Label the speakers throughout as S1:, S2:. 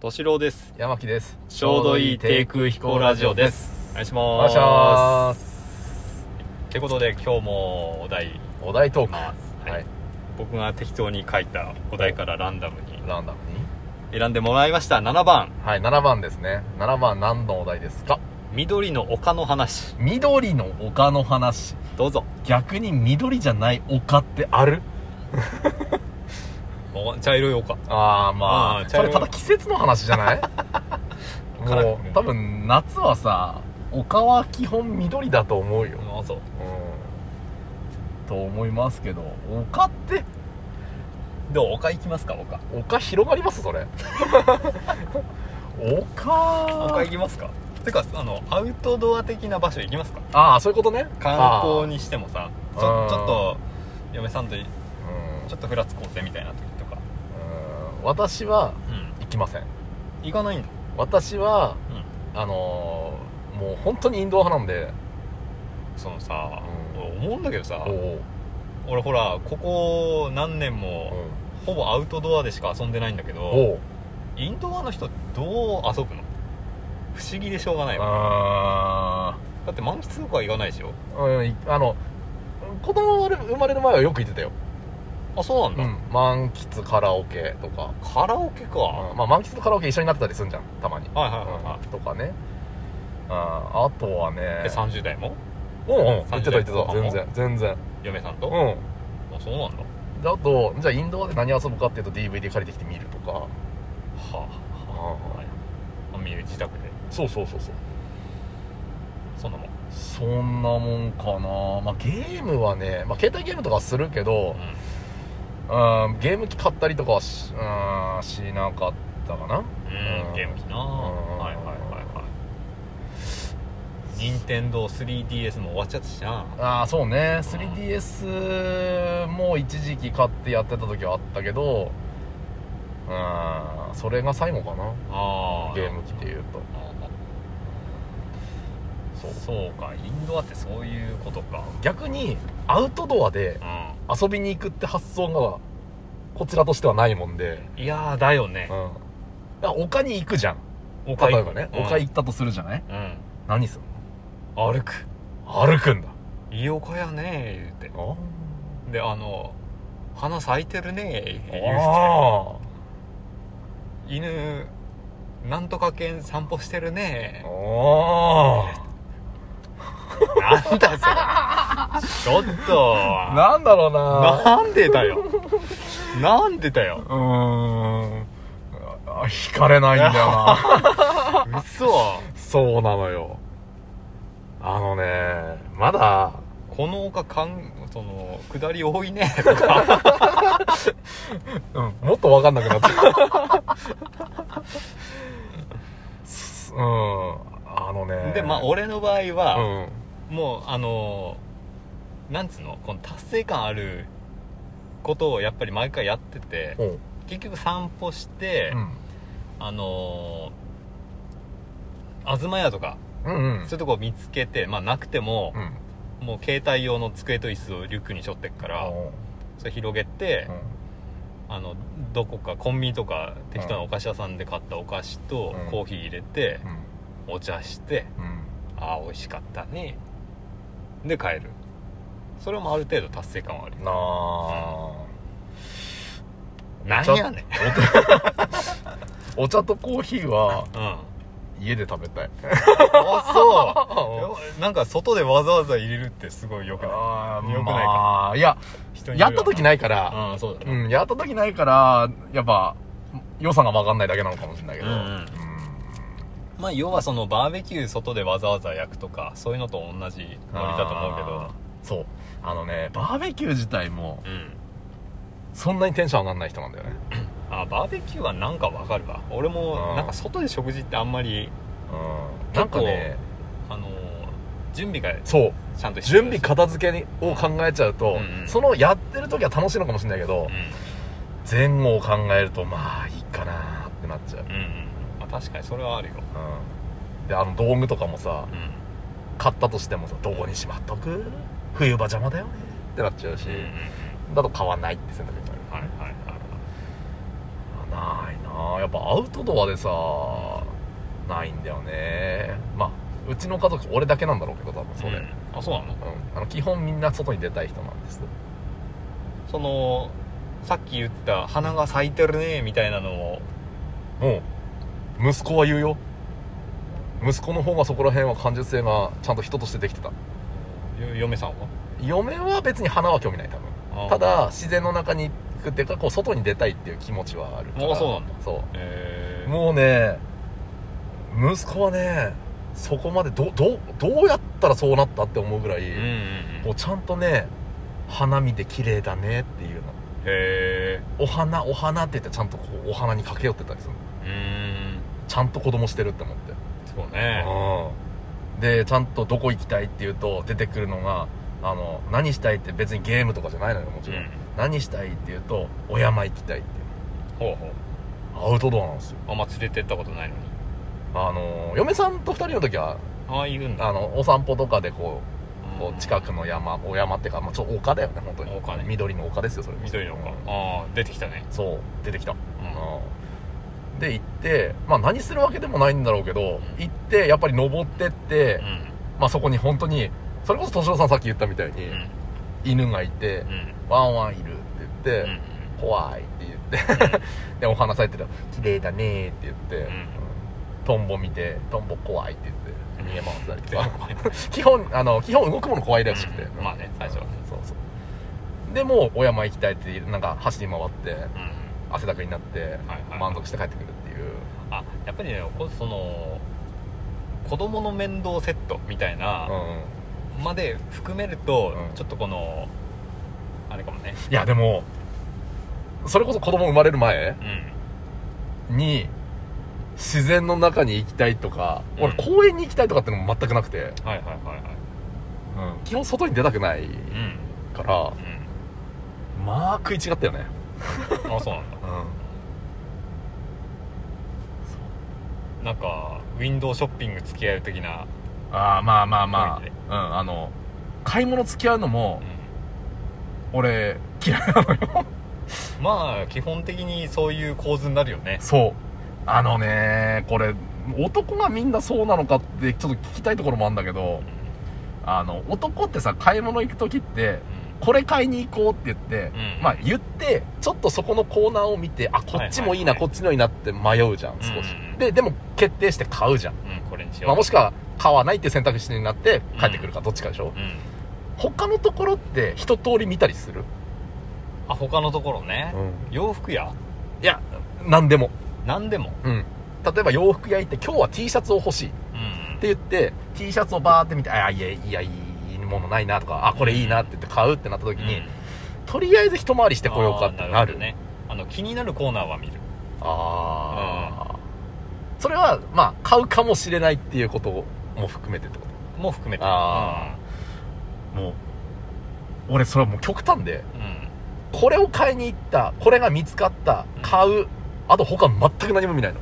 S1: 敏郎です。
S2: 山木です。
S1: ちょうどいい低空飛行ラジオです。お願いし
S2: お
S1: ま
S2: 願い
S1: す。
S2: します。
S1: ってことで今日もお題
S2: お題トーク。
S1: 回
S2: は
S1: す。
S2: い。
S1: はい。僕が適当に書いたお題からランダムに
S2: ランダムに。
S1: 選んでもらいました。7番、
S2: はい、7番ですね。7番何のお題ですか
S1: 緑の丘の話。
S2: 緑の丘の話。
S1: どうぞ。
S2: 逆に緑じゃない丘ってある
S1: お茶色い丘。
S2: あーま
S1: あ
S2: あ
S1: ー
S2: それただ季節の話じ ゃない
S1: カラ
S2: も
S1: フル
S2: う多分夏はさ丘は基本緑だと思うよ、
S1: あ、そう。
S2: うん、と思いますけど丘って
S1: どう丘行きますか丘。
S2: 丘広がります それ丘
S1: 丘行きますかてか、あの、アウトドア的な場所行きますか
S2: ああそういうことね
S1: 観光
S2: に
S1: にしてもさ、ちょ、ち
S2: あー
S1: ょっと、嫁さんとち
S2: うん
S1: ょっとふらつこうぜみたいな時とか。
S2: うん私は
S1: うん。
S2: 行きません
S1: 行かないんだ。
S2: 私は
S1: うん。
S2: あのーもう本当にインドア派なんで
S1: そのさ、
S2: うん
S1: 俺思うんだけどさ
S2: おお
S1: 俺ほらここ何年
S2: う
S1: も
S2: ん
S1: ほぼアウトドアでしか遊んでないんだけど
S2: おう
S1: インドアの人どう遊ぶの不思議でしょうがないわ
S2: あー
S1: だって満喫とかは行かないでしょ
S2: うん、いあの子供が生まれる前はよく行ってたよ、
S1: あそうなん
S2: う
S1: だ、
S2: ん、満喫カラオケとか、
S1: カラオケか、
S2: うんまあ、満喫とカラオケ一緒になってたりするじゃんたまに、
S1: はいはいはいは
S2: うん、とかねああとはね
S1: い、で30代も
S2: うんうん行ってた行
S1: 30
S2: ってた全然全然
S1: 嫁さんと、
S2: うん
S1: あそうなんだ
S2: だとじゃあインドアで何遊ぶかっていうと DVD 借りてきて見るとか
S1: はあはいあ見る自宅で
S2: そうそうそうそう
S1: そんなもん、
S2: そんなもんかなまあゲームはね、まあ、携帯ゲームとかはするけど、うん、ゲーム機買ったりとかはし,、うん、しなかったかな
S1: うん、
S2: うん
S1: ゲーム機な、
S2: ん
S1: はいはいはいはい任天堂 3DS も終わっちゃったしな
S2: ああそうね 3DS も一時期買ってやってた時はあったけどうんそれが最後かな
S1: あ
S2: ゲーム機って
S1: う
S2: いうと
S1: そ
S2: そうう
S1: かインドアってそういうことか
S2: 逆にアウトドアで
S1: う
S2: 遊びに行くって発想がこちらとしてはないもんで、
S1: んいやーだよね
S2: うん、だから丘に行くじゃん
S1: おか
S2: 例
S1: ゆ
S2: えばね、
S1: うん
S2: 丘行ったとするじゃない
S1: うん
S2: 何すん
S1: 歩く
S2: の歩くんだ
S1: いいおかやね言う
S2: あ
S1: てであの花咲いてるね言う
S2: あ
S1: て犬なんとか犬散歩してるね
S2: あ
S1: なんだそれちょっと
S2: あなんだろうな
S1: なんでだよなんでだよ
S2: うーんあ惹かれないんだよな
S1: 嘘
S2: そうなのよあのねまだ
S1: この丘かんその下り多いね
S2: うん、もっと分かんなくなった。すうん、あのね。
S1: でまあ、俺の場合
S2: う
S1: は、
S2: ん。
S1: もうあのーなんつうのこの達成感あることをやっぱり毎回やってて
S2: おう
S1: 結局散歩して、
S2: うん。
S1: あのー東屋とか、
S2: うんう
S1: そ
S2: ん。
S1: ういうとこ見つけて、まあ、なくても
S2: う、ん。
S1: もう携帯用の机と椅子をリュックに背負ってっから、
S2: おう
S1: それ広げて
S2: うん、
S1: あのどこかコンビニとか適当なお菓子屋さんで買ったお菓子と
S2: うん
S1: コーヒー入れて、
S2: うん
S1: お茶して、
S2: うん。
S1: ああ美味しかったねで帰るそれもある程度達成感はある
S2: なあ。
S1: なんやねん
S2: お茶とコーヒーは
S1: うんあ
S2: 家で食べたい。
S1: そうなんか外でわざわざ入れるってすごいよくな良
S2: あ
S1: くないか
S2: か。いや、
S1: い人に
S2: やった時
S1: い
S2: ないから、
S1: ああそうだ
S2: う
S1: ね
S2: ん、やった時ないから、やっぱ、良さが分かんないだけなのかもしれないけど。
S1: う
S2: うんん
S1: うんまあ要はそのバーベキュー外でわざわざ焼くとかそういうのと同じノリだと思うけ
S2: あーそうあのねバーベキュー自体も
S1: どうん
S2: そんなにテンション上がんない人なんだよね
S1: あバーベキューはなんかわかるわ俺も
S2: うん
S1: なんか外で食事ってあんまり結
S2: うん
S1: 構
S2: なんかね
S1: あのー準備が
S2: そう
S1: ちゃんと必要
S2: 準
S1: だ
S2: 備
S1: し
S2: 片付けを考えちゃう
S1: うん
S2: と、
S1: うん
S2: そのやってる時は楽しいのかもしれないけど、
S1: うん
S2: 前後を考えるとまあいいかなってなっちゃう、
S1: うんうん、まあ、確かにそれはあるよ、
S2: うんであの道具とかもさ
S1: うん
S2: 買ったとしてもさどこにしまっとく冬場邪魔だよねってなっちゃうし、
S1: うんうんうん、
S2: だと買わないって選択になる
S1: はいはいはい
S2: あないなやっぱアウトドアでさないんだよねまあうちの家族俺だけなんだろうけど多分それ、うん
S1: んあそうなの
S2: あの基本みんな外に出たい人なんです
S1: そのさっき言った花が咲いてるねみたいなのを
S2: もう息子は言うよ息子の方がそこら辺は感受性がちゃんと人としてできてた
S1: よ嫁さんは
S2: 嫁は別に花は興味ない多
S1: あー
S2: 分ただ自然の中に行くっていうかこう外に出たいっていう気持ちはあるから
S1: あーそうなんだ
S2: そう
S1: えー、
S2: もうね息子はねそこまでどどどうやったらそうなったって思うぐらい、
S1: うんうんう
S2: も
S1: ん
S2: うちゃんとね花見て綺麗だねっていうの
S1: へえ
S2: お花お花って言ってちゃんとこうお花に駆け寄ってたりするの
S1: うーん
S2: ちゃんと子供してるって思って、
S1: そうね
S2: うんでちゃんとどこ行きたいって言うと出てくるのがあの何したいって別にゲームとかじゃないのよもち
S1: う
S2: ろん、
S1: ん
S2: 何したいって言うとお山行きたいって
S1: ほうほう
S2: アウトドアなんですよ
S1: あんま連れてったことないのに
S2: あの嫁さんと2人の時は
S1: ああいるんだ
S2: あのお散歩とかでこうこう近
S1: く
S2: くの山お山っていうか、まあ、ちょっと丘だよね本当に
S1: 丘ね
S2: 緑の丘ですよそれ
S1: 緑の丘あ
S2: うん
S1: あ出てきたね
S2: そう出てきた、
S1: うん
S2: うんで行ってまあ何するわけでもないんだろうけど、
S1: うん
S2: 行ってやっぱり登ってって、
S1: うん
S2: まあそこに本当にそれこそ敏郎さんさっき言ったみたいに、
S1: うん
S2: 犬がいて、
S1: うん
S2: ワンワンいるって言って、
S1: うん
S2: 怖いって言って、 でお花咲いてたら「綺麗だね」って言って、
S1: ん
S2: うんトンボ見て「トンボ怖い」って言って逃げ回ったりとか
S1: う
S2: 基本あの基本動くもの怖いらしくて、
S1: うんまあね最初はね
S2: そうそうでもうお山行きたいってなんか走り回って
S1: ん
S2: 汗だくになって
S1: はいはい
S2: 満足して帰ってくるっていう、
S1: あやっぱりねこその子供の面倒セットみたいな
S2: うん
S1: まで含めると、
S2: うん
S1: ちょっとこのあれかもね
S2: いやでもそれこそ子供生まれる前
S1: うん
S2: に自然の中に行きたいとか、
S1: うん
S2: 俺公園に行きたいとかってのも全くなくて、
S1: はいはいはいはい
S2: 基本外に出たくない
S1: うん
S2: から
S1: う
S2: まあ食い違ったよね
S1: んあそうなんだ
S2: うん
S1: なんかウィンドウショッピング付き合う的な
S2: ああまあまあ
S1: そうね
S2: あうんあの買い物付き合うのも
S1: うん
S2: 俺嫌いなのよ
S1: まあ基本的にそういう構図になるよね
S2: そうあのねこれ男がみんなそうなのかってちょっと聞きたいところもあるんだけどあの男ってさ買い物行く時ってこれ買いに行こうって言って、
S1: うん
S2: まあ言ってちょっとそこのコーナーを見てあこっちもいいな、
S1: はいはいはい
S2: こっちのいいなって迷うじゃん少し、
S1: うんうん
S2: ででも決定して買うじゃん、
S1: うん、うん、これにしよう、
S2: まあ、もしくは買わないっていう選択肢になって帰ってくるかどっちかでしょ、
S1: うん
S2: 他のところって一通り見たりする、
S1: あ他のところね、洋服や
S2: いや何でも、
S1: 何でも
S2: うん、例えば洋服屋行って今日は T シャツを欲しいっ
S1: うん
S2: て言って T シャツをバーって見てあいやいやいいものないなとかあこれいいなって言って買うってなった時に、
S1: うん
S2: とりあえず一回りしてこようかって
S1: あ
S2: な
S1: ーほ
S2: る
S1: どねあの気になるコーナーは見る
S2: ああ、それはまあ買うかもしれないっていうことも含めてってこ
S1: も含めて
S2: あともう俺それはもう極端で
S1: うんうん
S2: これを買いに行ったこれが見つかった
S1: うん
S2: 買う、あと他全く何も見ないの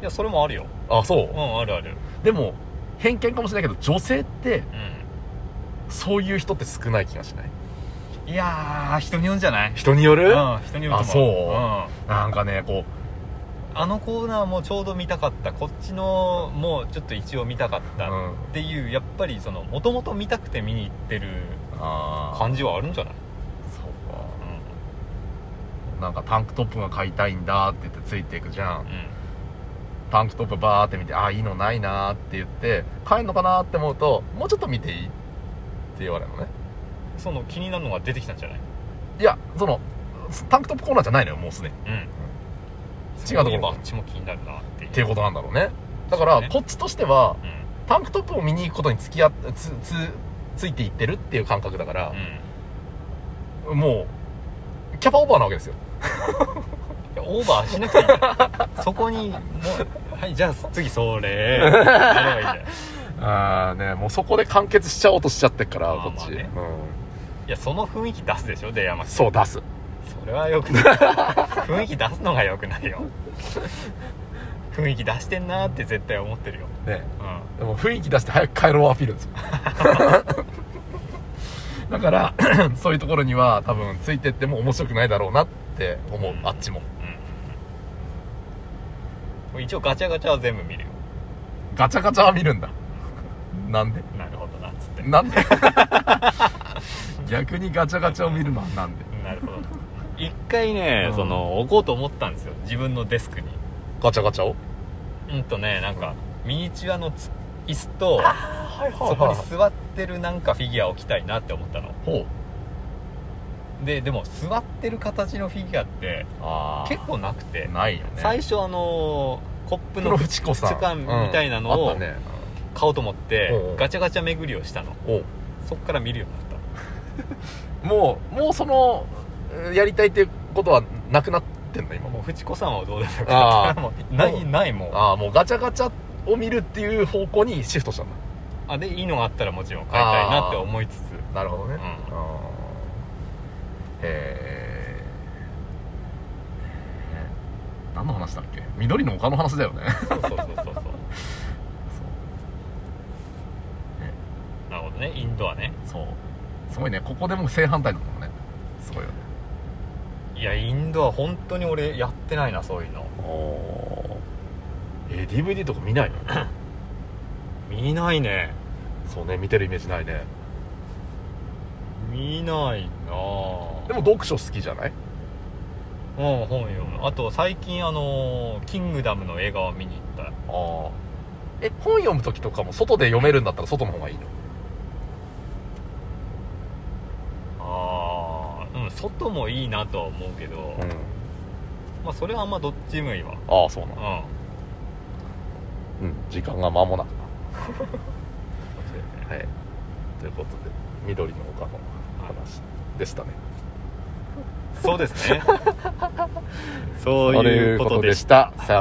S1: いやそれもあるよ
S2: あそう
S1: う、んあるある
S2: でも偏見かもしれないけど女性って
S1: う
S2: そういう人って少ない気がしない
S1: んいやー人によるんじゃない
S2: 人によ
S1: う
S2: る、
S1: ん人によると思
S2: あなんかね
S1: う
S2: こ
S1: んあのコーナーもちょうど見たかったこっちのもうちょっと一応見たかっ
S2: う、う
S1: たっ
S2: ん、
S1: ていう、やっぱりそのもともと見たくて見に行ってる
S2: ああ
S1: 感じはあるんじゃない、
S2: そう
S1: う
S2: か
S1: ん
S2: なんかタンクトップが買いたいんだって言ってついていくじゃん
S1: うん、
S2: タンクトップバーって見てああいいのないなーって言って買えるのかなーって思うともうちょっと見ていいって言われるのね
S1: その気になるのが出てきたんじゃない
S2: いやそのタンクトップコーナーじゃないのよもうすでにっ
S1: うん
S2: 違うところ
S1: そういえばあっちも気になるなっていう
S2: ていうことなんだろうねだから、
S1: そうね
S2: こっちとしては
S1: うん
S2: タンクトップを見に行くことに付き合っつつついていってるっていう感覚だから
S1: う、ん
S2: もうキャパオーバーなわけですよ
S1: いやオーバーしなくていいんだよそこにもうはいじゃあ次それ やればいいんだよ
S2: ああねもうそこで完結しちゃおうとしちゃってっか
S1: ま
S2: ら
S1: あ
S2: こっち、
S1: まあね
S2: う
S1: いやその雰囲気出すでしょ出山
S2: ん、
S1: 君
S2: そう出す
S1: それはよ くない雰囲気出すのがよくないよ雰囲気出してんなって絶対思ってるよ
S2: ね
S1: うん
S2: でも雰囲気出して早く帰ろうアピールです よだから そういうところには多分ついてっても面白くないだろうなって思う、
S1: うん
S2: あっちも
S1: うん一応ガチャガチャは全部見るよ
S2: ガチャガチャは見るんだなんで
S1: なるほどなっつって
S2: なんで逆にガチャガチャを見るのはなんで
S1: なるほどな 一回ね、
S2: うん
S1: その置こうと思ったんですよ自分のデスクに
S2: ガチャガチャを
S1: うんとねなんかミニチュアのつ椅子と
S2: はい
S1: そこに座ってるなんかフィギュア置きたいなって思ったの
S2: ほう
S1: ででも座ってる形のフィギュアって
S2: あ
S1: 結構なくて
S2: ないよね
S1: 最初あのコップ
S2: プ
S1: の
S2: ロフチコさん
S1: チコさんみたいなのを
S2: うんあったね
S1: 買おうと思って
S2: うんうん
S1: ガチャガチャ巡りをしたの
S2: おう
S1: そっから見るようになっ
S2: もうもうそのうんやりたいってことはなくなってんだ今
S1: たも
S2: もう
S1: う藤子さんはどうでもよか
S2: あ
S1: っ
S2: ー
S1: た もうないないもんあ
S2: ああもうガチャガチャを見るっていう方向にシフトしたんだ
S1: でいいのがあったらもちろん買いたいなって思いつつ
S2: なるほどね、
S1: うん
S2: あーへー何の話だっけ緑の丘の話だ よね
S1: そうそうそうそうそう
S2: ね
S1: なるほどねインドアね
S2: そうすごいねここでもう正反対なんだもんねすごいよね
S1: いやインドア本当に俺やってないなそういうの
S2: おえー、DVD とか見 ないの
S1: 見ないね
S2: そうね見てるイメージないね
S1: 見ないなぁ
S2: でも読書好きじゃない
S1: うん本読むあと最近あのーキングダム」の映画を見に行った
S2: ああえ本読む時とかも外で読めるんだったら外の方がいいの
S1: ああうん外もいいなとは思うけど、
S2: ん
S1: まあそれはあんまどっちもいいわ
S2: ああそうな
S1: うん
S2: のうん時間が間もなく はいということで緑の丘の話でしたね
S1: そうですねそういうことでした
S2: たさよなら